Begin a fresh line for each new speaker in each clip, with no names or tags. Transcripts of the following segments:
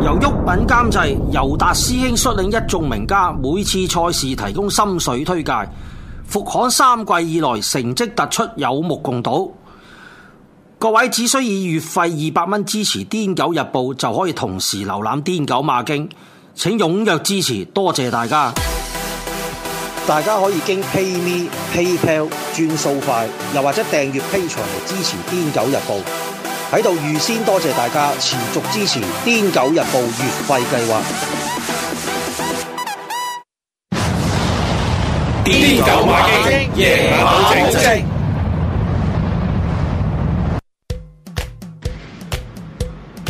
由鬱品監製，尤達師兄率領一眾名家，每次賽事提供心水推介。復刊三季以來成績突出，有目共睹。各位只需以月費二百蚊支持《癲狗日報》，就可以同時瀏覽《癲狗馬經》。請踴躍支持，多謝大家！
大家可以經 PayMe、PayPal 轉數快，又或者訂閱 Patreon 嚟支持《癲狗日報》。喺度預先多謝大家持續支持《癲狗日報》月費計劃。
癲狗馬經，夜馬正正。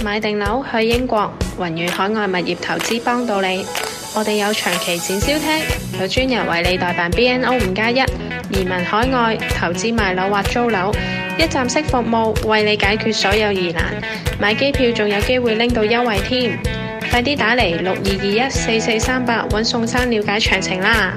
買定樓去英國，宏遠海外物業投資幫到你。我哋有長期展銷廳，有專人為你代辦 BNO 五加一移民海外投資賣樓或租樓，一站式服務為你解決所有疑難。買機票仲有機會拎到優惠添，快啲打嚟六二二一四四三八揾宋生了解詳情啦！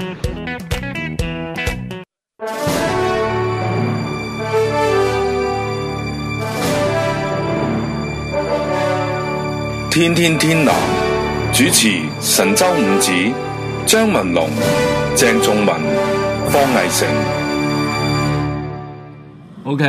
天天天南主持神州五子張文龍、鄭仲文、方毅成。
O K，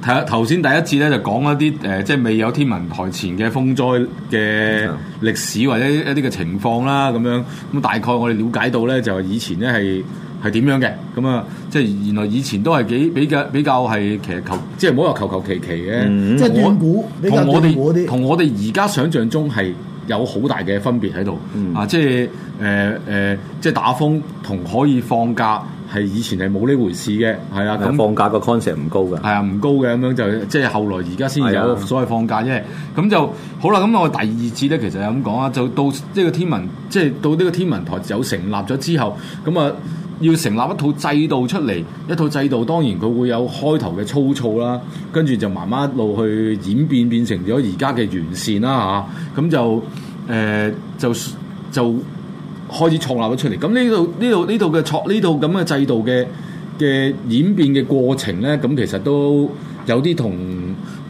睇啊頭先第一次咧就講一啲誒、呃即係未有天文台前嘅風災嘅歷史或者一啲嘅情況啦，咁樣咁大概我哋了解到咧就以前咧係係點樣嘅，咁啊即係原來以前都係幾比較比較係其實求即係唔好話求求其其嘅，
嗯
即係
同我
斷估比較
同我
斷估啲
哋同我哋而家想象中係。有好大嘅分別喺度、啊！即係誒誒，即係打風同可以放假係以前係冇呢回事嘅，係啊咁。
放假個 concept 唔高㗎。
係啊，唔高嘅咁樣就即係後來而家先有
係啊
所謂放假啫。咁就好啦。咁我第二節咧，其實係咁講啊，就到呢個天文，即係到呢個天文台有成立咗之後，咁啊要成立一套制度出嚟，一套制度當然佢會有開頭嘅粗糙啦，跟住就慢慢一路去演變變成咗而家嘅完善啦嚇。咁、就誒、呃就就開始創立咗出嚟。咁呢度呢度呢度嘅創呢度咁嘅制度嘅嘅演變嘅過程咧，咁其實都有啲同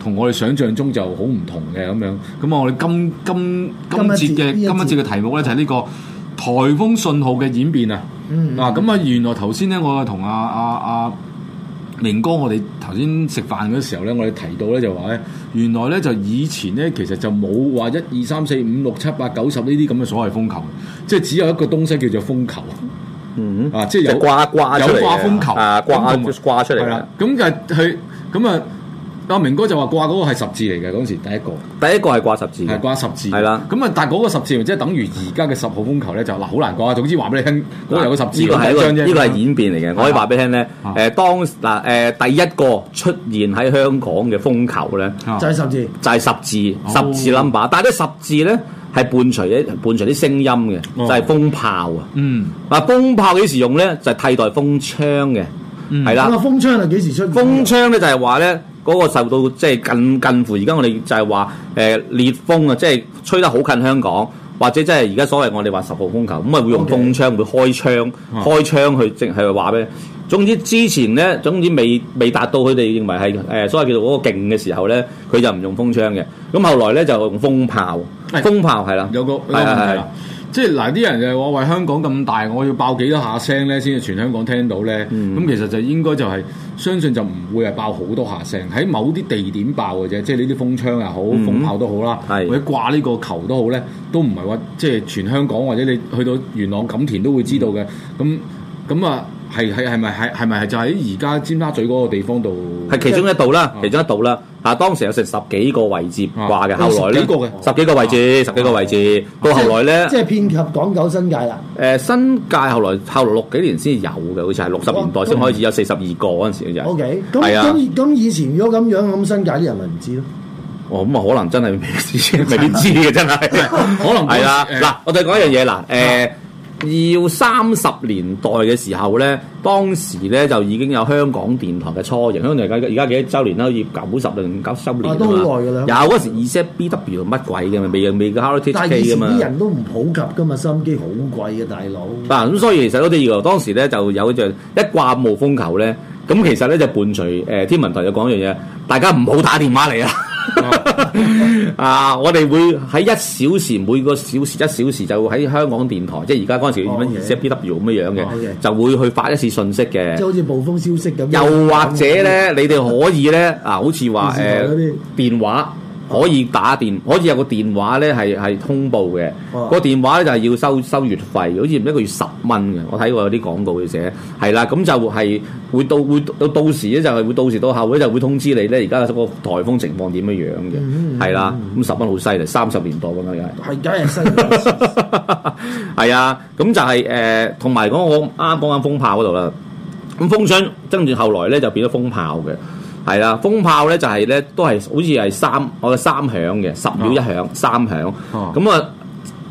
同我哋想象中就好唔同嘅咁樣。咁我哋今今今
今一節
節嘅
呢
今
一
一節
節
嘅題目咧就係呢個颱風信號嘅演變啊！
嗯
嗱，咁啊，原來頭先咧，我同阿阿阿明哥，我哋頭先食飯嗰時候咧，我哋提到咧就話咧，原來咧就以前咧，其實就冇話一二三四五六七八九十呢啲咁嘅所謂風球嘅，即係只有一個東西叫做風 球。
嗯
啊，即係
即
有
係掛掛
有
出嚟
掛
嘅
風球
啊掛
咁同埋
掛出嚟嘅啊
係啦。咁就係咁啊，阿明哥就話掛嗰個係十字嚟嘅嗰陣時，第一個。
第一個係掛十字嘅
係掛十字，
嗯係啦
咁啊，但係嗰個十字即係等於而家嘅十號風球咧，就嗱好難掛啊。總之話俾你聽，嗰個有個十字，
呢個係一
好
個
緊張啫
呢個係演變嚟嘅，我可以話俾你聽咧。
啊
誒當嗱誒第一個出現喺香港嘅風球咧，
啊
就係十字，
就係十字
哦
十字 number，但係呢十字咧係伴隨一伴隨啲聲音嘅，就
哦
係風炮啊！
嗯。
嗱，風炮幾時用咧？就係替代風槍嘅，
嗯
係啦
咁。啊風槍係幾時出現？
風槍咧就係話咧，嗰、個受到即係近近乎而家我哋就係話誒烈風啊，即係吹得好近香港，或者即係而家所謂我哋話十號風球，咁啊會用
OK
風槍會開槍，
啊
開槍去即係話俾。總之之前咧，總之未未達到佢哋認為係誒、所謂叫做嗰個勁嘅時候咧，佢就唔用風槍嘅。咁後來咧就用風炮，
係
風炮係啦，
有個有個
係
問題
係係
啦，即係嗱啲人就話喂香港咁大，我要爆幾多下聲咧先至全香港聽到咧？咁、
嗯
其實就應該就係、相信就唔會係爆好多下聲，喺某啲地點爆嘅啫，即係呢啲風槍又好，
嗯
風炮都好啦，
係
或者掛呢個球都好咧，都唔係話即係全香港或者你去到元朗錦田都會知道嘅。咁咁啊，係係係咪係係咪係就喺而家尖沙咀嗰個地方度？
係其中一度啦
啊，
其中一度啦。啊，當時有成十幾個位置掛嘅，
啊
後來
有十
咧
幾個嘅啊
十幾個位置，十幾個位置，到後來咧
即，係遍及港九新界啦。
誒新界後來後來六幾年先有嘅，好似係六十年代
哦
先開始有四十二個嗰陣時就係。
O K，咁
係啊，
咁咁以前如果咁樣，咁新界啲人咪唔知咯。
哦咁啊，可能真係未必知，未必知嘅真 係，
可能
係啦。
誒
嗱，我哋講一樣嘢嗱，誒要三十年代嘅時候咧，當時咧就已經有香港電台嘅初型，香港電台而家而家幾多週年啦？好似九十定九十年
啊都好耐㗎啦
有嗰時二 set B W 乜鬼嘅嘛，未未嘅 Hello T
但係以
K 嘅
前
嘛。
啲人都唔普及噶嘛，收音機好貴嘅大佬。
嗱，咁所以其實我哋原來當時咧就有一隻一掛無風球咧，咁其實咧就伴隨誒、呃天文台就講一樣嘢，大家唔好打電話嚟啊！
哦
啊！我哋會喺一小時每個小時一小時就會喺香港電台，即係而家嗰陣時叫
哦
乜嘢 C P W 咁樣樣
哦，OK
嘅，就會去發一次信息嘅。
即係好似暴風消息咁。嗯
又或者咧，你哋可以咧啊，好似話
電視台嗰
誒
啲
電話可以打電，可以有個電話咧係係通報嘅。
哦
個電話咧就係要收收月費，好似一個月十蚊嘅。我睇過有啲廣告嘅寫係啦，咁就係會到會到到時咧就係會到時到後咧就會通知你咧，而家個颱風情況點樣樣
嗯
嘅，係啦。咁十蚊好犀利，三十年代咁樣又係。
係梗係 新。
係啊，咁就係、誒，同埋講我啱啱講緊風炮嗰度啦。咁風箱跟住後來咧就變咗風炮嘅，係啦、風炮咧就係、咧都係好似係三我嘅三響嘅，十秒一響，三響。
哦
咁啊、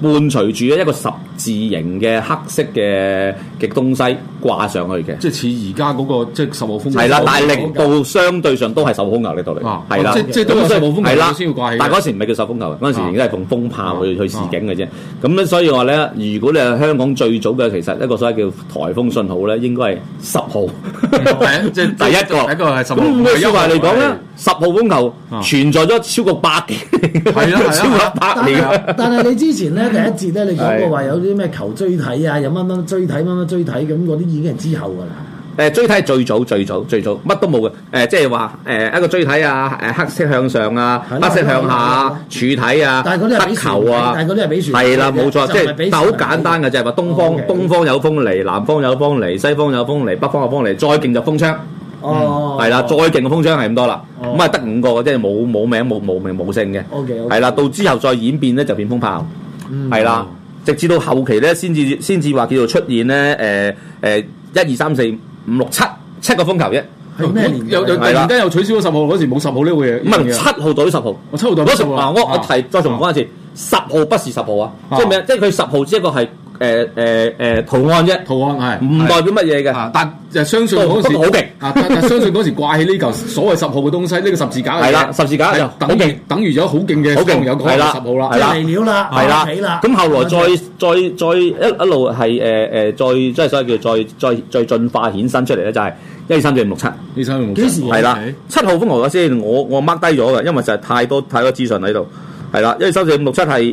伴隨住一個十字形嘅黑色嘅嘅東西掛上去嘅。
即係似而家嗰個即係十號風球
係啦，但係力度相對上都係受風球力度嚟
啊，
係啦，
即即都係受風球
係啦
先會掛起嘅
但係嗰時唔係叫受風球，嗰陣時
啊
已經係用風炮去
啊
去示警嘅啫。咁咧，所以話咧，如果你係香港最早嘅，其實一個所謂叫颱風信號咧，應該係十號，
係 即係
第一個。
第一個係十號
咁唔係説話嚟講
係
咧，十號風球
啊
存在咗超過百年，
係啦係啦
超過百
但
年
係但係你之前咧第一節咧，你講過話有啲咩求追睇啊，有乜乜追睇乜乜追睇咁嗰啲已經係之後㗎啦。
誒追睇係最早最早最早乜都冇嘅，誒、即係話誒一個追睇啊，誒黑色向上啊，
係
黑
啦
色向
係
下啊
啦，
柱體啊，
但係嗰啲係
得
俾船
球啊，
睇但係嗰啲係俾船
係啦，
睇嘅
冇
就
錯，即
唔係
係
俾
但好
船睇
簡單嘅，就係話東
哦
方
，OK
東方有風嚟，南方有風嚟，西方有風嚟，北方有風嚟，再勁就風槍，
哦，
嗯係啦，再勁嘅風槍係咁多啦，
哦
咁啊得五個嘅，即係冇冇名冇冇名冇姓嘅，
OK，OK
係啦，到之後再演變咧就變風炮。
嗯
係啦，直至到後期咧，先至先至話叫做出現咧，誒誒呃一二三四五六七七個風球啫，
係咩年代啊
有有突
係啦
然間又取消咗十號，嗰時冇十號呢個嘢。
唔係啊七號到十號。
我七號代表十
嗰時
號
啊，
啊
我我提再重講一次，十號不是十號啊，
啊
即係咩？即係佢十號只一個係誒誒誒圖案啫，
圖案啊係
唔代表乜嘢嘅。
啊！但就相信嗰時
都好勁
啊！但但相信嗰時掛起呢嚿所謂十號嘅東西，呢個十字架嘅嘢
係啦十字架
係
就
等
好
於
勁
等於咗好勁嘅
好勁
有個
係
十
啦
號啦，哎
係啦
嚟料啦，
係
翻屋企
啦
啦，。
咁後來再
咁
再再一一路係誒誒，再即係所謂叫再再再進化衍生出嚟咧，就係一二三四五六七。
呢三樣冇啊
幾時啊
係啦，
哎
七號風球嗰先，我我 mark 低咗嘅，因為實在太多太多資訊喺度。係啦，一二三四五六七係誒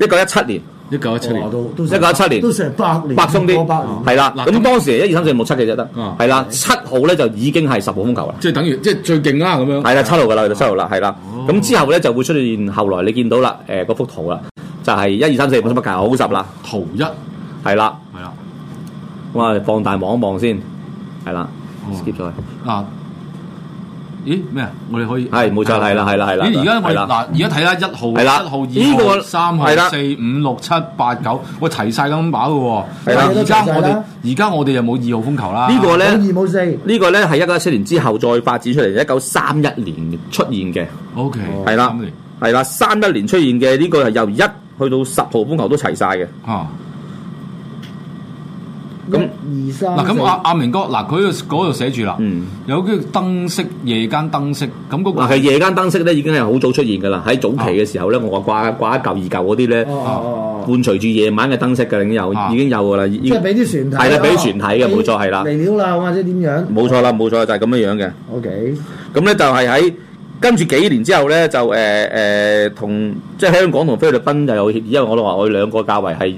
一九一七年，
一九一七
哇
年
哦都都
一九一七年
都成百年，
白鬆
過
啲
百年，
係啦。
嗱
咁
咁
當時係一二三四五六七嘅啫得，
啊
係啦。七號咧就已經係十號風球啦。
即係等於即係最勁啦咁樣。
係啦，
哦
七號㗎啦，去到七號啦，係啦。咁之後咧就會出現後來你見到啦，誒嗰幅圖啦，就係一二三四五六七八九十啦，
圖一係
係啦。
啦。
咁啊，放大望一望先，係啦，skip
哦
咗佢。
啊！咦咩啊？我哋可以
係冇錯係啦係啦係啦
咦而家我
係
哋
啦
嗱，而家睇下一號、
係啦
一
呢
號、二
個
號、三號
係啦、
四五六七八九，喂齊晒 number 嘅喎。
係
但
啦
係而家
都齊晒
我哋
啦
而家我哋又冇二號風球啦。
呢個
冇
咧。
二冇四。
呢個咧係一九一七年之後再發展出嚟，一九三一年出現嘅，
O K
係啦
咁嚟，
係啦，三一年出現嘅呢、個係由一去到十號風球都齊晒嘅，
啊
咁
一二三
嗱咁
四哦
阿阿明哥嗱佢嗰度寫住啦，
嗯，
有叫燈飾夜間燈飾咁嗰
嗱
個
係夜間燈飾咧已經係好早出現㗎啦，喺早期嘅時候咧，我話掛掛一嚿二嚿嗰啲咧，
哦哦哦哦，
伴隨住夜晚嘅燈飾嘅已經有，
啊
已經有㗎啦，已
即係俾啲船睇
係
啦，
啦，俾啲船睇嘅，冇錯係啦，
嚟料啦或者點樣
冇錯啦，冇錯就係咁樣樣嘅。
？OK，
咁咧就係喺跟住幾年之後咧，就誒誒同即係香港同菲律賓就有協議，因為我都話我哋兩個較為係誒、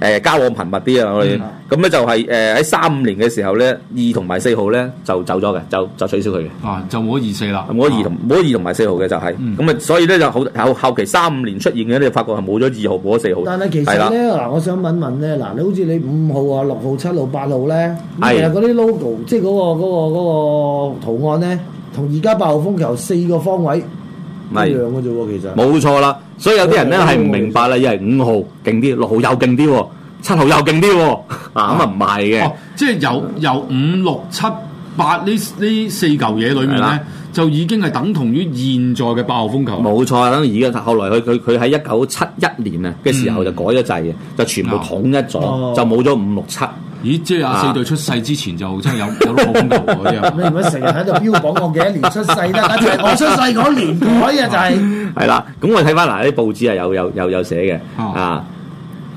呃交往頻密啲啊，我哋咁咧就係呃誒喺三五年嘅時候咧，二同埋四號咧就走咗嘅，就就取消佢嘅。
啊就冇咗二四啦，
冇咗二同冇咗二同埋四號嘅就係、
嗯
咁啊、所以咧就好後後期三五年出現嘅，你就發覺係冇咗二號，冇咗四號。
但係其
係啦
實咧嗱，我想問問咧嗱，你好似你五號啊、六號、七號、八號咧，咁
係
其實嗰啲 logo 即係嗰個嗰個嗰個圖案咧，同而家八號風球四個方位一
係
樣哦嘅啫喎，其實
冇錯啦，所以有啲人咧係唔明白啦，以為五號勁啲，六號又勁啲喎，七號又勁啲喎，啊咁啊唔係嘅。
哦即係由由五六七八呢呢四嚿嘢裏面
係
咧
啦，
就已經係等同於現在嘅八號風球。
冇錯啦，而家後來佢佢佢喺一九七一年啊嘅時候就改咗制嘅，就全部統一咗，
嗯哦
就冇咗五六七。
咦，即係阿
啊
四隊出世之前就真係有 有六號風球嗰啲
你
啊！
唔好成日喺度標榜我幾多年出世得，一齊我出世嗰年改啊就係
係啦，咁我睇翻嗱啲報紙係有有有有寫嘅
哦
啊。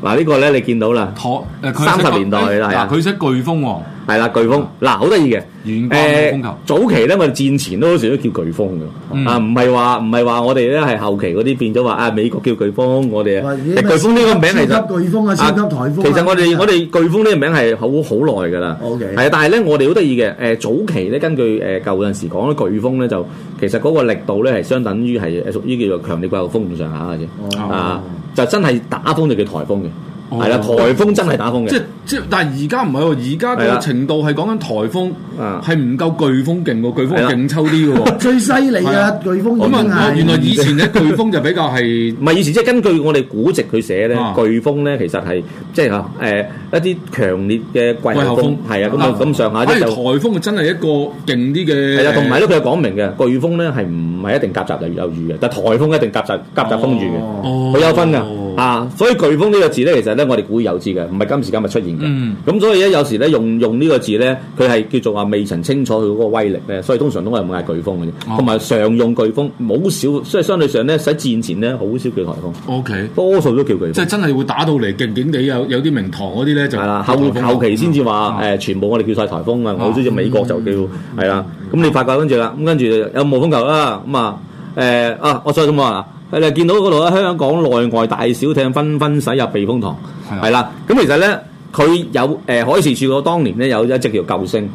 嗱呢個咧你見到啦，
妥誒呃佢
30
識
年代啦係啊
嗱佢識飓風喎，
係啦巨風，嗱好得意嘅。
遠光風
誒
球，
早期咧，我哋戰前都好時都叫飓風
嗯
嘅，啊唔係話唔係話我哋咧係後期嗰啲變咗話啊美國叫飓風，我哋
哇
啊
已經
其實飓風呢個名其
超級
實
颶風啊，超級颱風啊
其實我
咁
哋
樣
我哋飓風呢個名係好好耐㗎啦，
OK
係但係咧我哋好得意嘅誒早期咧根據誒舊陣時講咧飓風咧就其實嗰個力度咧係相等於係屬於叫做強烈季候風咁上下嘅啫。
哦
啊，就真係打風就叫颱風嘅，
哦
係啦、颱風真係打風嘅，
即係即係但係而家唔係喎，而家
係
嗰
啦
個程度係講緊颱風
啊
係唔夠颶風勁喎，颶
係啊
風
啦
勁抽啲嘅 喎。
最犀利
係啊
嘅颶風已
咁
經
啊，
係
原來以前咧颶風就比較 係
唔係以前即係根據我哋古籍佢寫咧，
啊
颶風咧其實係即係啊誒一啲強烈嘅季候風，係啊咁啊咁上下
反而
咧就
颱風啊真係一個勁啲嘅，
係啊，同埋咧佢係講明嘅，颶風咧係唔係一定夾雜有有雨嘅，但係颱風一定夾雜夾雜風雨嘅。
哦
佢有分㗎，啊！所以颶風呢個字咧，其實咧我哋古已有之嘅，唔係今時今日出現嘅。
嗯
咁、所以咧有時咧用用呢個字咧，佢係叫做話未曾清楚佢嗰個威力咧，所以通常都係嗌颶風嘅啫。
哦
同埋、常用颶風，冇少，所以相對上咧，使戰前咧好少叫颱風，
O K，
多數都叫颶
即係
風。
真係會打到嚟勁勁地有有啲名堂嗰啲咧就
係啦，後後期先至話誒，全部我哋叫晒颱風啊！我好似美國就叫係啦。咁你發覺跟住啦，咁跟住有無風球啦，咁啊誒啊！我再咁話啦，你見到嗰度咧，香港內外大小艇紛紛駛入避風塘。係
啦，
啦，咁其實咧，佢有誒、呃海事處嗰當年咧有一隻叫救星，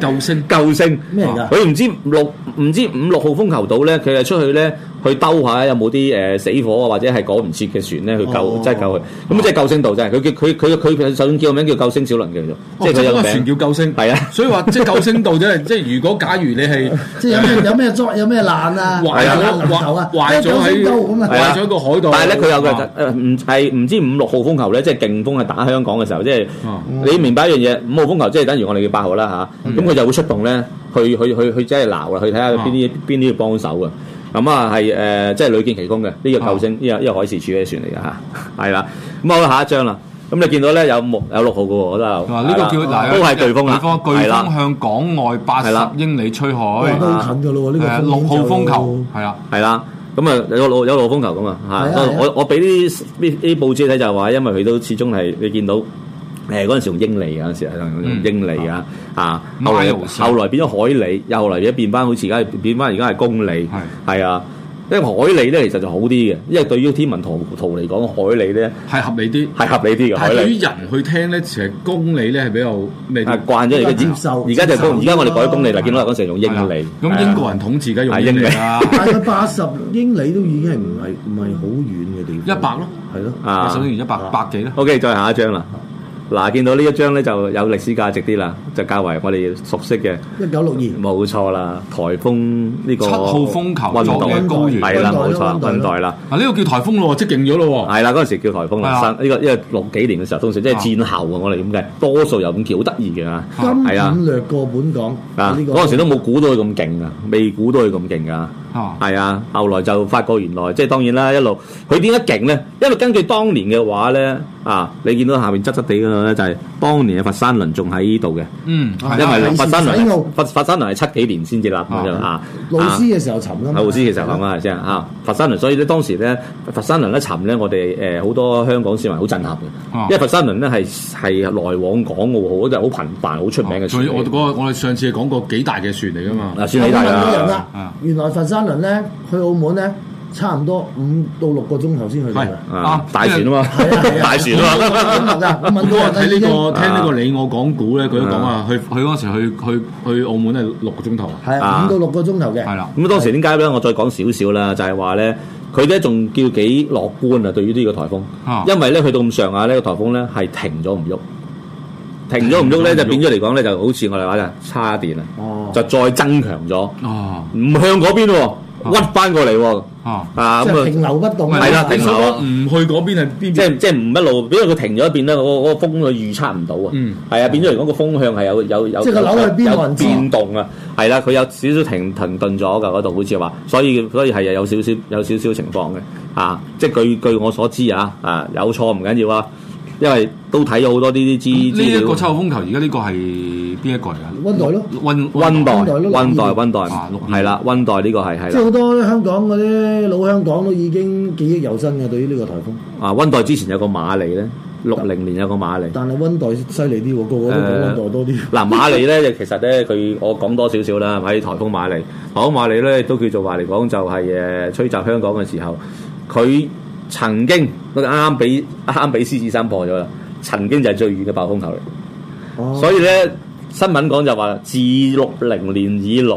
救星
救星啊
咩嚟㗎
佢唔知六唔知五六號風球島咧，佢係出去咧去兜下有冇啲誒死火啊，或者係趕唔切嘅船咧去救，
哦
即係救佢。咁即係救星度啫，佢叫佢佢佢佢首先叫個名叫救星小輪嘅啫，
哦
即係佢有
嗰
個
個船
名。
叫救星，
係啊
所以話即係救星度即係即係如果假如你係
即係有咩有咩作有咩爛啊，
壞
係
有
咗
咩爛頭啊，
壞咗
有咩高咁
喺
啊
係啊
壞咗個海度，
但係咧，佢有個
啊
誒唔係唔知五六號風球咧，即係勁風係打香港嘅時候，即係
哦
你明白一樣嘢，五號風球即係等於我哋嘅八號啦吓，咁佢就會出動咧，去去去去即係鬧啦，去睇下邊啲邊啲要幫手嘅。咁啊係誒，即係屢見其功嘅呢個救星，呢個呢個海事處嘅船嚟嘅嚇，係啦。咁好啦，下一張啦。咁你見到咧有木有六號嘅喎，我覺得有
嗱呢個叫
係啦
嗱
都係颶風啦，
颶風
係啦
向港外八
係
十
啦
英里吹海，
哇都
誒
好近噶咯喎，呢個風
啊六
險
號
就
風球係啦，
係啦。咁啊，有路有路風球咁啊
係啊
嚇！
係啊
我我俾啲啲啲報紙睇就係話，因為佢都始終係你見到誒嗰陣時用英里啊，嗰陣時係
嗯
用英里啊啊，後來
Miles
後來變咗海里，又後來而家變翻好似而家變翻而家係公里，係啊。因為海里咧其實就好啲嘅，因為對於天文圖圖嚟講，海里咧
係合理啲。
係合理啲嘅海
但係對於
里。
人去聽咧，其實公里咧係比較咩
啊
啲？
慣咗而
接受
家，而家就公，而
接受
家我哋改公里啦，見到嗰陣時用英
係
里
啦。咁英國人統治梗係
係
用英
英
里
里
啦，
但係佢八十英里都已經係唔係唔係好遠嘅地方，
100咯，
係咯，
啊
首先一百百幾啦。
OK，再下一張啦。嗱，見到呢一張咧就有歷史價值啲啦，就較為我哋熟悉嘅，
一九六二。
冇錯啦。颱風呢個
七號風球
運
作嘅
動
高原
係啦，冇錯啦，
溫
溫
代
代啦，
嗱，呢個叫颱風咯，即係勁咗咯
係啦，嗰陣時叫颱風
係
啦。
啊
生呢個因為六幾年嘅時候，通常即係戰後啊，我哋咁計，多數有咁叫，好得意嘅嚇。
今
係啊
年略過本港
啊！
嗯
呢個
嗰陣時都冇估到佢咁勁啊，未估到佢咁勁噶。
喎。啊，
係啊，後來就發覺原來即係當然啦，一路佢點解勁咧？因為根據當年嘅話咧，啊，你見到下面側側地嗰度咧，就係當年嘅佛山輪仲喺呢度嘅。
嗯，係
因
啦
為
啊
佛山
以前洗澳
輪佛佛山輪係七幾年先至立咁樣啊。
老師
啊
嘅時候沉啦嘛，
老師其實咁啊，先啊，佛山輪，所以咧當時咧佛山輪一沉咧，我哋誒呃好多香港市民好震撼嘅
啊，
因為佛山輪咧係係來往港澳好就好頻繁、好出名
哦
嘅船啊
所以我
嚟。
嗰個我哋上次係講過幾大嘅船嚟噶嘛。
嗱，
係啦。
算你大
咁樣
啦，
啦
啊，
原來佛山輪咧去澳門咧，差唔多五到六個鐘頭先去到
係
嘅。
啊
啊，
大船啊嘛
係啊係，啊
大船啊嘛。
咁啊我問
咁
到
我
人啦
睇
已經
啊
呢個聽呢個你我講古咧，佢都講啊，去去嗰陣時去去去澳門係六個鐘頭啊。
係啊
啊
五到六個鐘頭嘅，
係啦，
咁當時點解咧？我再講少少啦，就係話咧，佢咧仲叫幾樂觀啊，對於呢個颱風，
啊
因為咧去到咁上下呢個颱風咧係停咗唔喐，停咗唔喐咧就變咗嚟講咧就好似我哋話嘅叉電啊，
哦，
就再增強咗，
哦，
唔向嗰邊喎，屈翻過嚟喎，
啊，
啊
即係
咁啊，
停留不動啊。
係啦
你
停
所
留
講唔去嗰邊係邊邊？
即係
嗯
即係唔一路，因為佢停咗一邊咧，嗰個嗰個風佢預測唔到啊，
嗯
係啊，變咗嚟講個風向係有有有
即係個樓去邊冇
有
人知
變動啊，係啦，佢有少少停停頓咗㗎嗰度，好似話，所以所以係有少少有少少情況嘅啊，即係據據我所知啊啊有錯唔緊要啊，因為都睇咗好多呢啲
嗯
資
呢一
資
個秋
料。
風球，而家呢個係邊一個嚟㗎？
温代咯，
温
温代，温代，温代，
啊六二
係啦，温代呢個係
即
係
係
啦。
好多香港嗰啲老香港都已經記憶猶新嘅對於呢個颱風，
啊，温代之前有個馬利咧，六零年有個馬利。
但係温代犀利啲喎，個個都講温代多啲。
嗱，馬利咧，就其實咧，佢我講多少少啦，喺颱風馬利，颱風馬利咧都叫做話嚟講就係、誒吹襲香港嘅時候，佢曾經我哋啱啱俾 啱啱俾獅子山破咗啦，曾經就係最遠嘅暴風球嚟，
哦
所以咧新聞講就話自六零年以來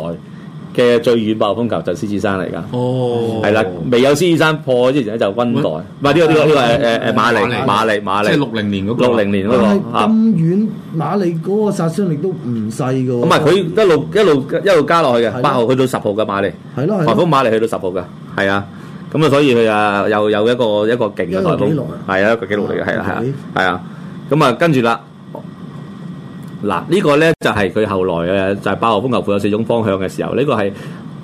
嘅最遠暴風球就係獅子山嚟㗎。
哦，
係啦，未有獅子山破之前咧就温代，唔係呢個呢個呢個誒誒誒馬利馬利馬
即係
利
六零年嗰個
六零年嗰
但係
個啊
咁。遠馬里嗰個殺傷力都唔細嘅喎。
咁啊，佢一路一路一路加落去
哦係
嘅，
咯
八號去到十號嘅馬利，
係咯係
颱風
咯，
馬利去到十號嘅，係啊。咁啊，所以佢啊又有一個一個勁嘅颱
一個紀
風
錄啊，
係啊一個記錄嚟嘅，係啦係啊
OK
係啊。咁啊，跟住啦，嗱呢個咧就係佢後來嘅啊就係八號風球會有四種方向嘅時候，呢個係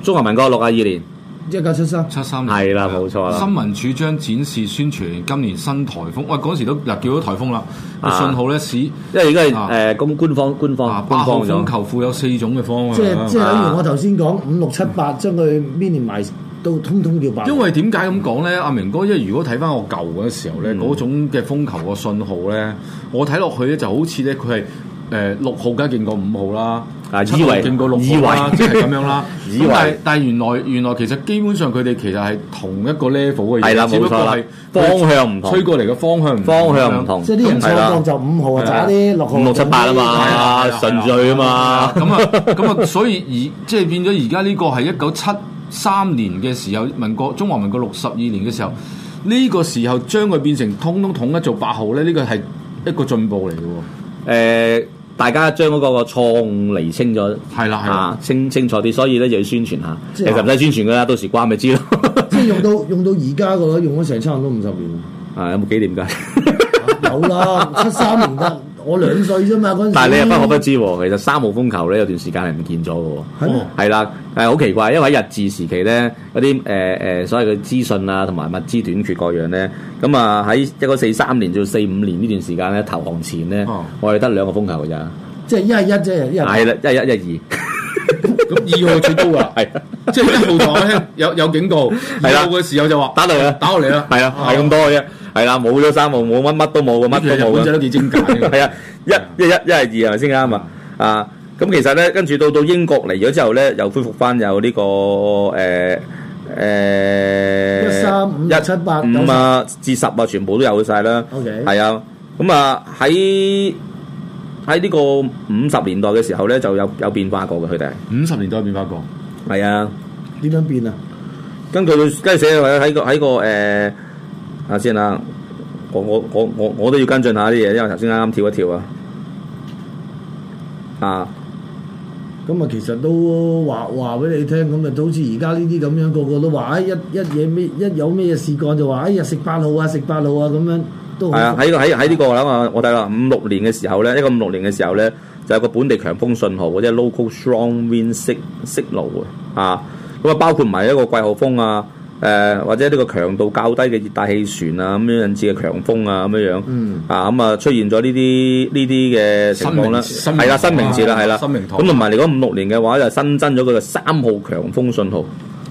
中華民國六啊二年，
一九七三
七三年
係啦冇錯啦
新聞處將展示宣傳今年新颱風，喂嗰時都嗱叫咗颱風啦，個
啊
信號咧使
因為而家
啊
係誒公官方官
啊
方
八
官
號
方
風
咗，
球庫有四種嘅方
即係
向
即。係等
啊
於我頭先講五六七八將佢 mini 埋到通通叫白。
因為點解咁講咧？阿明哥，因為如果睇翻我舊嗰時候咧，
嗯
嗰、種嘅風球個信號咧，我睇落去咧就好似咧佢係誒六號梗係勁過五號啦，
啊
七號
以為
勁過六號啦，
以為
即係咁樣啦。 咁
以為
但係但係原來原來其實基本上佢哋其實係同一個 level 嘅嘢，
係啦
只不
冇
過
錯啦
係，
方向唔同
吹，過嚟嘅方向唔同
方向唔。同，
即係啲人錯
係啦
覺就五號啊，
係啦
渣啲六號
五六七八啊
係啦
嘛
係啦，
順序啊嘛。
咁啊，咁啊，所以而即係變咗而家呢個係一九七三年嘅時候，民國中華民國六十二年嘅時候，呢、個時候將佢變成通通統一做八號咧，呢、個係一個進步嚟嘅喎。
誒、呃大家將嗰個錯誤釐清咗，
係啦，係啦。
啊，清清楚啲，所以咧就要宣傳下。其
即係
實唔使宣傳噶啦，到時關咪知咯。
即係用到用到而家個用咗成差唔多五十年。
啊，有冇紀念㗎？
有 啦， 七三年得我兩歲啫嘛嗰陣時。
但係你又不可不知喎，其實三號風球咧有段時間係唔見咗嘅喎。
係咩
係啦，誒好奇怪，因為喺日治時期咧，嗰啲誒誒所謂嘅資訊啊，同埋物資短缺各樣咧，咁啊喺一九四三年至四五年呢段時間咧，投降前咧，
哦
我哋得兩個風球㗎咋，
即係一係一啫，一係
係啦，一一一
咁二號最高啊
二，， 係啊
即係一號台咧有有警告，
係
二
啦
號嘅時候就話
打到嚟啦，
打落嚟啦，
係啊，係咁多嘅啫，係啦，冇咗三號，冇乜乜都冇嘅，
乜
乜
嗯日
都
本
冇
仔
嘅
都。幾精簡嘅。
係啊，一一一一係二係咪先啱啊？啊，咁其實咧，跟住到到英國嚟咗之後咧，又恢復翻有呢、個誒
13 5
誒
7 8
五啊至十啊，全部都有晒啦。
OK
係啊，咁啊喺喺呢個五十年代嘅時候咧，就有有變化過嘅佢哋
五十年代變化過，
係啊。
點樣變啊？
根據佢跟住寫喺喺個喺個誒啊先啦，我我我我我都要跟進下啲嘢，因為頭先啱啱跳一跳啊啊
咁啊，其實都話話俾你聽，咁啊，好似而家呢啲咁樣，個個都話啊，一一嘢咩一有咩事幹就話，哎呀食八號啊，食八號啊，咁樣都好
係啊喺個喺喺呢個啦嘛，我睇啦五六年嘅時候咧，一個五六年嘅時候咧，就有個本地強風信號，即係 local strong wind sig- signal 啊啊，咁啊包括埋一個季候風啊。誒、或者呢個強度較低嘅熱帶氣旋啊，咁樣引致嘅強風啊，咁樣樣、
嗯
啊，咁啊出現咗呢啲呢啲嘅情況啦，
新名詞啊
係啦，新名詞啦，係啦，
新名堂
咁同埋嚟講五六年嘅話，就新增咗佢嘅三號強風信號，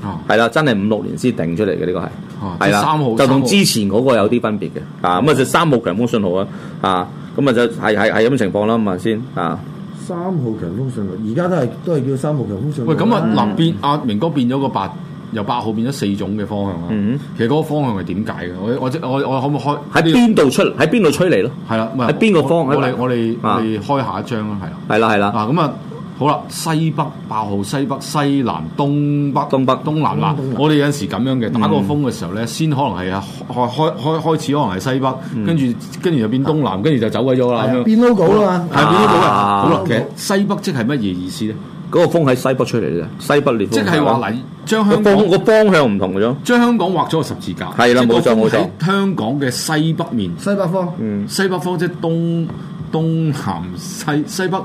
啊
係啦，真係五六年先定出嚟嘅呢個係。
啊
係啦，
三號
就
三
同
號
之前嗰個有啲分別嘅，啊咁啊就三號強風信號啊，啊咁啊就係係係咁嘅情況啦，咁啊先啊，
三號強風信號，而家都係都係叫三號強風信號。
喂，咁啊，
嗯
嗱變阿明哥變咗個八，由八號變咗四種嘅方向啦。
嗯
其實嗰個方向係點解嘅？我我即我我可唔可以開
喺邊度出喺邊度吹嚟咯，
係啦，唔係
喺邊個方
我我哋我哋我
啊
哋開下一張啦，係啦。
係啦係啦，
嗱咁啊，好啦，西北八號、西北、西南、東北、
東北
東南啦
東南。
我哋有陣時咁樣嘅，打個風嘅時候咧，先可能係啊開開開開始可能係西
嗯
北，跟住跟住就變東南，跟住就走鬼咗啦咁
係啊
樣。
變 logo 啦嘛，
係變咗好啦。
啊
好啦，其實西北即係乜嘢意思咧？
嗰個風喺西北吹嚟嘅，西北烈風，
即係話嗱，將
個
香港
方個方向唔同嘅啫，
將香港畫咗個十字架，
係啦
即個
冇錯
風
冇錯
喺香港嘅西北面，
西北方
嗯，
西北方即係東東南西西北。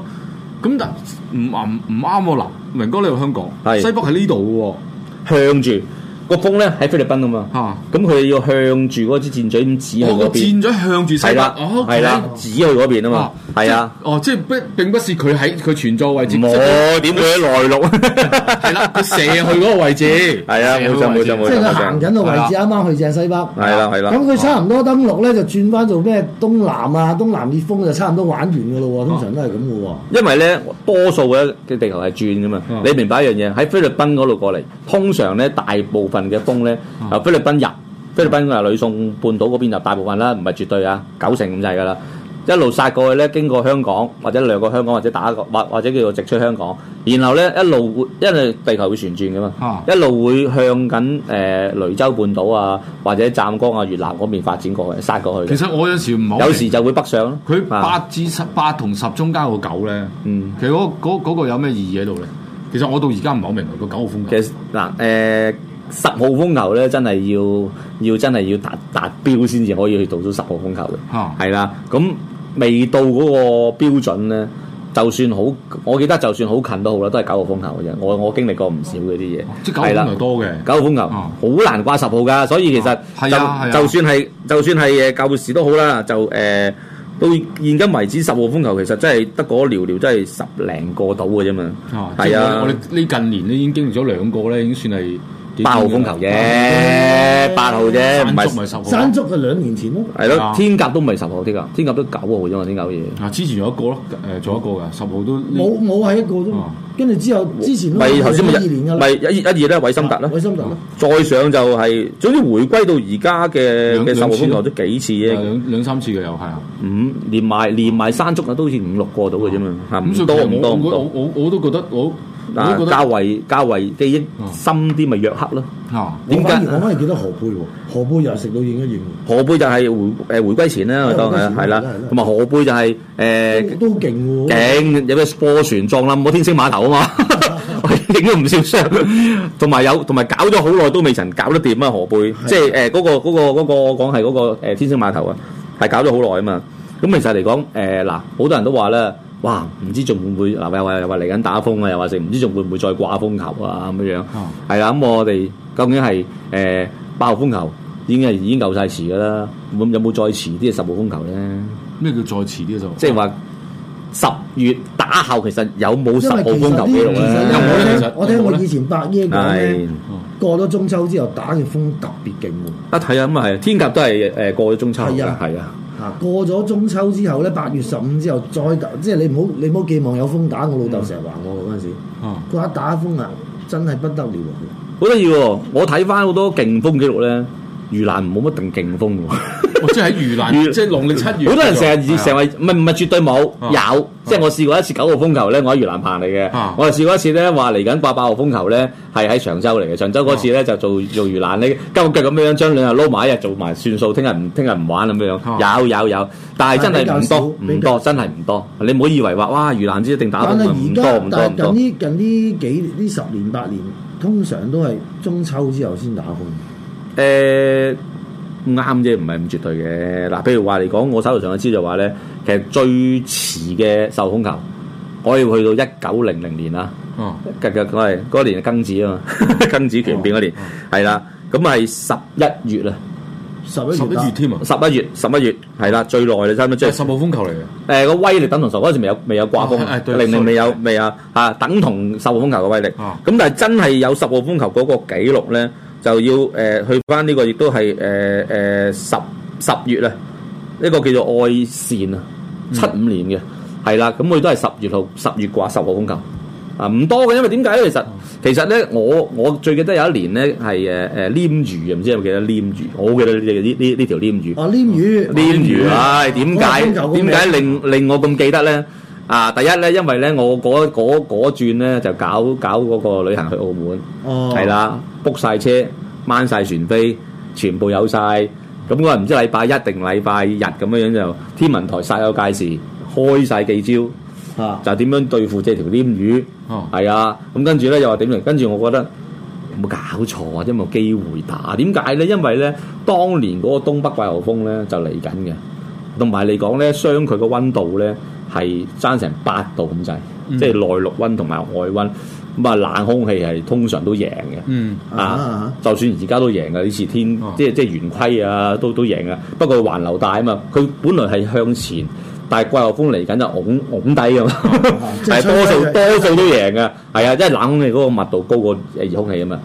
咁但唔唔唔啱喎嗱，明哥你去香港，
係
西北喺呢度
向住
嘅喎，
個風咧喺菲律賓啊嘛，
啊
咁佢要向住嗰支箭嘴咁指去
我個
嗰邊，
箭嘴向住西
係
北，
啦，
哦
係啦，指去嗰邊啊嘛，係啊，，
哦，即係不並不是佢喺佢存在位置，即係
我點會喺 內陸？
係啦，佢射去嗰個位置，
係啊，
射去
冇
嗰個
錯冇
位置
錯冇
即係
錯
佢
冇
行
錯，
緊個位置，
係
啱啱去正西北。
係啦係啦，哦
咁佢差唔多登陸咧，就轉翻做咩東南啊，東南烈風就差唔多玩完噶咯喎，通常都係咁嘅喎。
因為咧，多數咧嘅地球係轉噶嘛，
嗯
你明白一樣嘢喺菲律賓嗰度過嚟，通常咧大部分嘅風咧
嗯
由菲律賓入，菲律賓啊呂宋半島嗰邊入大部分啦，唔係絕對啊，九成咁滯噶啦，一路殺過去咧，經過香港或者掠過香港或者打過或或者叫做直出香港，然後咧一路會因為地球會旋轉噶嘛，
啊
一路會向緊誒、呃雷州半島啊或者湛江啊越南嗰邊發展過去，殺過去
其
嘅，
實我有時唔好明，
有時就會北上咯。
佢八
啊
至十八同十中間個九咧，
嗯。
其實嗰嗰嗰個有咩意義喺度咧？其實我到而家唔係好明白個九號風球
其實嗱誒、呃十號風球咧，真係要要真係要達達標先至可以去到到十號風球嘅，
嚇
係啦、咁未到嗰個標準咧，就算好，我記得就算好近都好啦，都係九號風球嘅啫。我我經歷過唔少嗰啲嘢，
哦即係九號
啦
風球多嘅，
九號風球
啊
好難掛十號㗎，所以其實
啊係
就
啊係啊
就算係就算係誒舊時都好啦，就誒。到現今為止，十號風球其實真係得嗰寥寥，真係十零個到嘅啫嘛。
啊即
係
係
啊
我哋，我哋呢近年咧已經經歷咗兩個咧，已經算係幾
八號
經
風
驗
球
啦，
啫，八號啫，
山竹
唔係
咪十號咯
山竹係兩年前咯，
係咯
啊，
天鴿都唔係十號添㗎，天鴿都九號啫嘛，天鴿嘢。
啊！之前有一個咯，誒，仲有一個㗎，十號都呢
冇冇係一個啫
哦
嘛。跟住之後之前都
嗯咪頭先咪
二年㗎啦
咪，一一二咧，韋森特哦啦
韋，森特啦，
再上就係總之回歸到而家嘅
兩
嘅十號
兩次
風球都幾次啫，
兩兩三次嘅又係啊。
五連埋連埋山竹啊，都好似五六個到嘅啫嘛，嚇
啊咁所以
啊唔多
其實
唔多
我
唔
我
多。
我我我都覺得我我
啊
都覺，
較
得
為較為記憶
嗯
深啲咪約克咯。
啊
我
點
反而我
解
反而記得河貝喎，河貝又係食到影一影
河背就係回誒回歸前啦，
係
當然
回歸前
係啦
係啦係啦，
同埋河背就係誒
喎，。都都勁喎。
頂有咩貨船撞冧我天星碼頭啊嘛， 我影咗唔少相，同埋有同埋搞咗好耐都未曾搞得掂啊河背，即係誒嗰個嗰、個嗰、個我講係嗰個呃天星碼頭啊，係搞咗好耐啊嘛。咁其實嚟講誒嗱，好、多人都話咧，哇唔知仲會唔會嗱又話又話嚟緊打風啊，又話成唔知仲會唔會再掛風球啊咁樣樣，係啦咁我哋究竟係誒、呃、爆風球已經係已經夠晒遲㗎啦，會有冇再遲啲嘅十號風球咧？
咩叫再遲啲啊就
即係話十月打後，其實有冇十
因
號
為其實
風球
呢，
記錄
其
咧？
有冇咧
實
其
呢
實
我聽
有冇
我
咧
以前白爺講
係
咧，過咗中秋之後打嘅風特別勁喎。
啊，睇啊，咁啊係，天鴿都係誒過咗中秋
係
㗎
啊，
係啊，
啊，過咗中秋之後咧，八月十五之後再打，即係你唔好你唔好寄望有風打。我老豆成日話我嗰陣時，
啊
佢話一打風啊，真係不得了啊喎！
好得意喎！我睇翻好多勁風記錄咧，盂蘭冇乜定勁風喎。
哦即係喺盂
盂
蘭，即係農曆七月。
好多人成日成
日
日唔係唔係絕對冇
啊
有，即係我試過一次九號風球咧，我喺盂蘭棚嚟嘅
啊。
我又試過一次咧，話嚟緊掛八號風球咧，係喺長洲嚟嘅。長洲嗰
啊
次咧就做做盂蘭咧，鳩腳咁樣將兩日撈埋一日做埋算數，聽日唔聽日唔玩咁樣。
啊
有有有，但係真係唔多
但係
唔
啊比較少
多，真係唔多。你唔好以為話哇盂蘭之一定打風
但係
啊唔
而
多
家
唔，多
但
唔
係
多
近。呢近呢幾呢十年八年，通常都係中秋之後先打風。
誒啱啫，呃唔係咁絕對嘅。嗱，譬如話嚟講，我手頭上嘅資料話咧，其實最遲嘅受風球，可以去到一九零零年啦。
啊
嘅嘅嗰係嗰年係庚子啊嘛， 庚子權變嗰年係啦，咁係十一月啊，
十
十
一月
一
打
月添啊，
十一月十一月係啦，最耐啦，差唔多
即
即
係
係
啊十號風球嚟嘅。
誒個呃威力等同受嗰陣時未有未有掛
哦係係
風，
對
零零
sorry
未有未有啊，等同十號風球嘅威力。咁
啊
但係真係有十號風球嗰個記錄咧，就要誒去翻呢個亦都係誒誒十十月啊，呢個叫做愛善啊，
嗯
七五年嘅係啦，咁佢都係十月號十月掛十號風球。啊，唔多嘅，因為點解咧？
嗯
其實其實咧，我我最記得有一年咧係誒誒黏魚啊，唔知有冇記得黏魚？我好記得呢呢呢呢條黏魚。
啊，黏魚
黏魚，啊唉，點解
我有風球咁
點解令令我咁記得咧？啊，第一咧，因為咧我嗰嗰嗰轉咧就搞搞嗰個旅行去澳門，
哦，
係，啦，book 晒車，掹晒船飛，全部有晒。咁我唔知禮拜一定禮拜日咁樣樣就天文台曬有介時，開晒記招，
啊，
就點樣對付這條黏魚？
哦
係啊，咁跟住咧又話點嚟？跟住我覺得有冇搞錯啊？因為冇機會打，點解咧？因為咧，當年嗰個東北季候風咧就嚟緊嘅，同埋嚟講咧，相距個温度咧係爭成八度咁滯，即係內陸温同埋外温。咁啊冷空氣係通常都贏嘅。
嗯
啊
啊！
就算而家都贏嘅，呢次天
哦
即係即係圓規啊，都都贏啊。不過環流大啊嘛，佢本來係向前，但係季候風嚟緊就拱拱低啊嘛，
即
係
係
多數
相對
多數都贏嘅。係啊，即係冷空氣嗰個密度高過誒熱空氣啊嘛。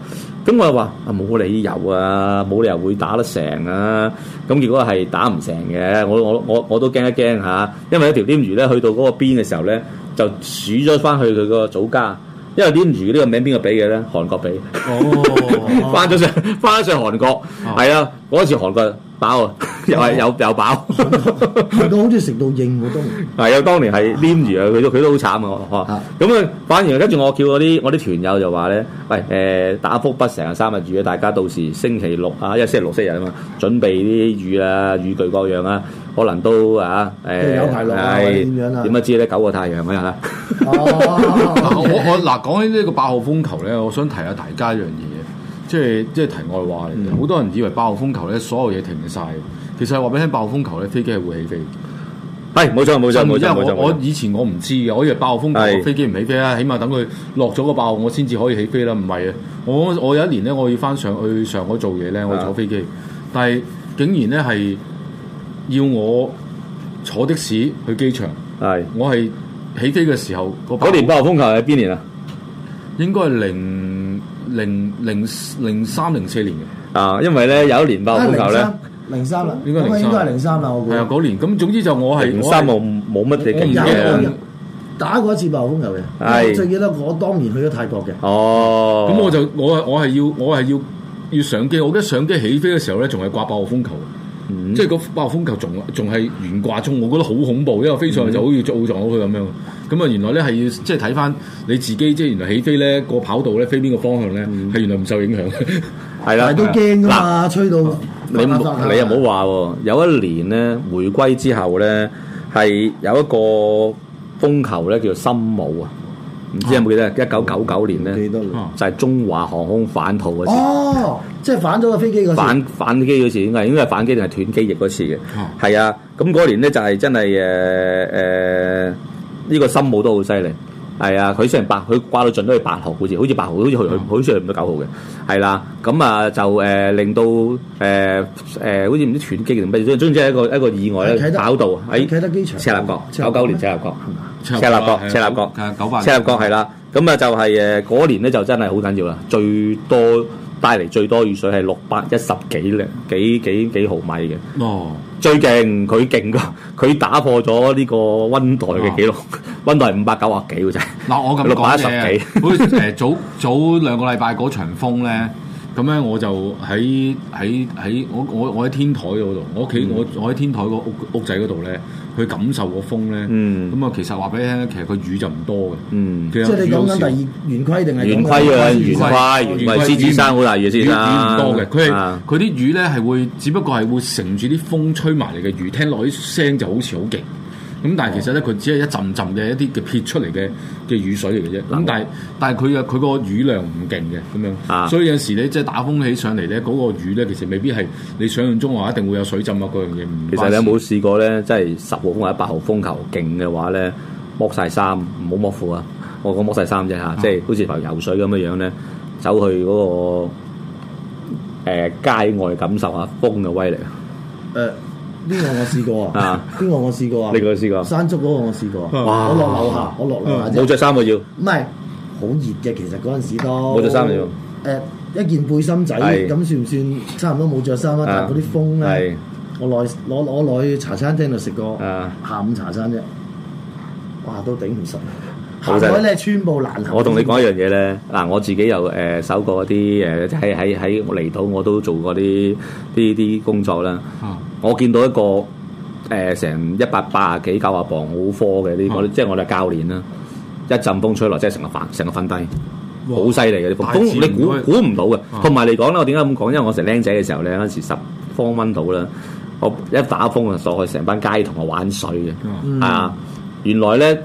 咁我又話啊冇理由啊，冇理由會打得成啊！咁結果係打唔成嘅，我我我我都驚一驚嚇，因為一條鯰魚咧去到嗰個邊嘅時候咧，就鼠咗翻去佢個祖家，因為鯰魚呢個名邊個俾嘅咧？韓國俾。
哦，
翻咗上翻咗上韓國，係啊，嗰次韓國飽啊，又係有有飽，
韓國好似食到應 喎都，
係啊，當年係黏住啊，佢都佢都好慘啊我話，咁啊，反而跟住我叫嗰啲我啲團友就話咧，喂誒打福不成啊三日雨啊，大家到時星期六啊，因為星期六星期日啊嘛，準備啲雨啊雨具各樣啊，可能都啊誒
有排落啊或
係
者點樣啊
點不知咧九個太陽啊
嗱我
哦，
我嗱講起呢個八號風球咧，我想提下大家一樣嘢，即係即係題外話嚟嘅。好、多人以為八號風球咧，所有嘢停晒，其實係話俾你聽，八號風球咧，飛機係會起飛。
係冇錯冇錯冇
因為
錯
我
冇錯，
我以前我唔知嘅，我以為八號風球
係
個飛機唔起飛啦，起碼等佢落咗個八號我先至可以起飛啦。唔係啊，我我有一年咧，我要翻上去上海做嘢咧，我坐飛機，但係竟然咧係要我坐的士去機場，
係
我係起飛嘅時候個八
嗰
號
年八號風球係邊年啊？
應該係零零零零三零四年嘅，
哦
啊，因為咧有一年八號風球咧。
零三啦，
應該
咁啊
03
應該係零三啦，我估
係。啊嗰年。咁總之就我係
零
我
三
係
冇冇乜
我
有
嘢勁
唔記
嘅
得，
打過一次暴風球
係
嘅，我最記得我當年去咗泰國嘅，
哦，
咁我就我係我係要我係要要上機，我記得上機起飛嘅時候咧，仲係掛八號風球。
嗯
即係個八號風球仲仲係懸掛中，我覺得好恐怖，因為飛上
嗯
去就好似撞撞到佢咁樣。咁啊，原來咧係要即係睇翻你自己，即係原來起飛咧個跑道咧飛邊個方向咧，
嗯
係原來唔受影響。
係啦，
但係都驚㗎嘛，吹到
啊你唔
發發
你又唔好話喎，有一年咧回歸之後咧，係有一個風球咧叫做深武啊，唔知有冇記得？一九九九年
哦記
咧
得
啊
啦
就係中華航空反肚嗰次，
哦，即係反咗個飛機嗰時，哦
反反機嗰次應該係應該係反機定係斷機翼嗰次嘅
啊，
係啊，咁嗰年咧就係真係誒誒呢個深武都好犀利。係啊，佢雖然八，佢掛到盡都係八號，好似好似八號，好似去
哦
去好似去唔到九號嘅，係啦。咁啊就誒、呃令到誒誒、呃好似唔知斷機定乜嘢，總總之係一個一個意外咧
喺啟，德
跑道喺
啟德機場
赤鱲角，
赤鱲角
九九
咩
年赤鱲角，
赤
鱲角赤鱲角
係啊九八
赤鱲角係啦。咁啊就係誒嗰年咧就真係好緊要啦，最多帶嚟最多雨水係六百一十幾零幾幾幾毫米嘅。
哦，
最勁，佢勁過 佢打破咗呢個温代
啊
嘅記錄， 温代五百九啊幾嘅啫。
嗱我咁
六百
講
一十
嘅
幾，
好似誒早早兩個禮拜嗰場風咧，咁咧我就喺喺喺我我我喺天台嗰度，我屋
嗯
企我我喺天台個屋屋仔嗰度咧，去感受個風咧，
嗯
咁啊其實話俾你聽咧，其實個雨就唔多嘅，
嗯，
即
即係你講緊第二圓規定係
圓
講緊
規啊，
第
圓
二
規，圓規，獅子山好大雨，獅
雨
子
雨
山
唔多嘅，佢係
啊
佢啲雨咧係會，只不過係會乘住啲風吹埋嚟嘅雨，聽落啲聲就好似好勁。咁但係其實咧，佢只係一陣陣嘅一啲嘅撇出嚟嘅嘅雨水嚟嘅啫。咁但係但係佢嘅佢個雨量唔勁嘅咁樣，
啊
所以有陣時咧即係打風起上嚟咧，嗰、個雨咧其實未必係你想象中話一定會有水浸啊嗰樣嘢。唔關
其實你有
事
冇試過咧？即係十號風或者八號風球勁嘅話咧，剝晒衫，唔好剝褲啊！我講剝晒衫啫嚇，
啊
即係好似浮游水咁樣樣咧，走去嗰、個、呃、街外感受下風嘅威力啊！
誒邊個我試過
啊
啊？邊個我試過啊？
你有冇試過
山竹嗰個我試過啊，
哇
我落樓下，我落樓下啫
冇。着衫嘅要，
唔係好熱嘅，其實嗰陣時都
冇着衫嚟喎
誒、一件背心仔
係啊
咁算唔算差唔多冇着衫啦？但啊係嗰啲風
係
咧，我來攞我攞去茶餐廳度食過
啊
下午茶餐啫，哇都頂唔順，行
好犀利
海咧穿布難行。
我同你講一樣嘢咧，嗱我自己又誒、呃、搜過一啲誒喺喺喺離島我都做過啲啲啲工作啦。
啊
我見到一個誒、呃成一百八啊幾九啊磅好科嘅呢個，
嗯
即係我哋教練啦。一陣風吹落，即係成個瞓成個瞓低，
哇
好犀利嘅啲風
大，
風
自然
你估
佢
估唔到嘅
啊。
同埋嚟講咧，我點解咁講？因為我成僆仔嘅時候咧，嗰陣時十方蚊到啦，我一打風啊，落去成班街童啊玩水嘅。
嗯
啊，原來咧，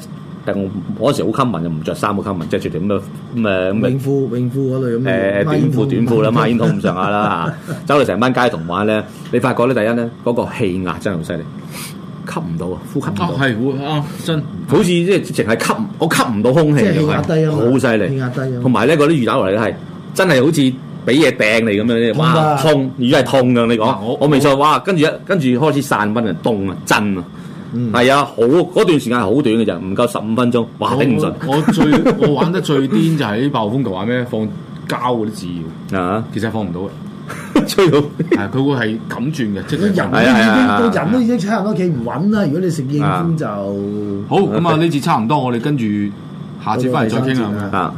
但我我嗰時好 common 就唔着衫好 common，着住條咁嘅咁嘅咁嘅
泳褲泳褲嗰類咁嘅
誒短
嗯
褲短 褲啦，孖煙筒咁上下啦嚇，走嚟成班街童玩咧，你發覺咧第一咧嗰個氣壓真係好犀利，吸唔到啊，呼吸唔
啊
到，
哦
係會啊真
好似即係直情係吸唔我吸唔到空氣
即係氣
咁
壓
啊，
低啊嘛
好犀利，
氣壓低啊嘛
同埋咧嗰啲魚蛋落嚟咧係真係好似俾嘢掟你咁樣，
痛㗎
哇痛，魚係痛㗎，你
嗱
講
我
我未錯，哇跟住一跟住開始散温啊，凍啊，震啊，
嗯
係啊，好嗰段時間係好短嘅咋，唔夠十五分鐘，哇頂唔順
我我最我玩得最癲就係啲爆風球玩咩放膠嗰啲紙鷂，
啊，
其實放唔到嘅，
吹到
係佢會係咁轉嘅，即
個人
係
都
係啊係啊
已經個人都已經差唔多企唔穩啦。如果你食應風就
好咁啊！呢次差唔多，我哋跟住下次翻嚟再傾啊。咁樣
啊。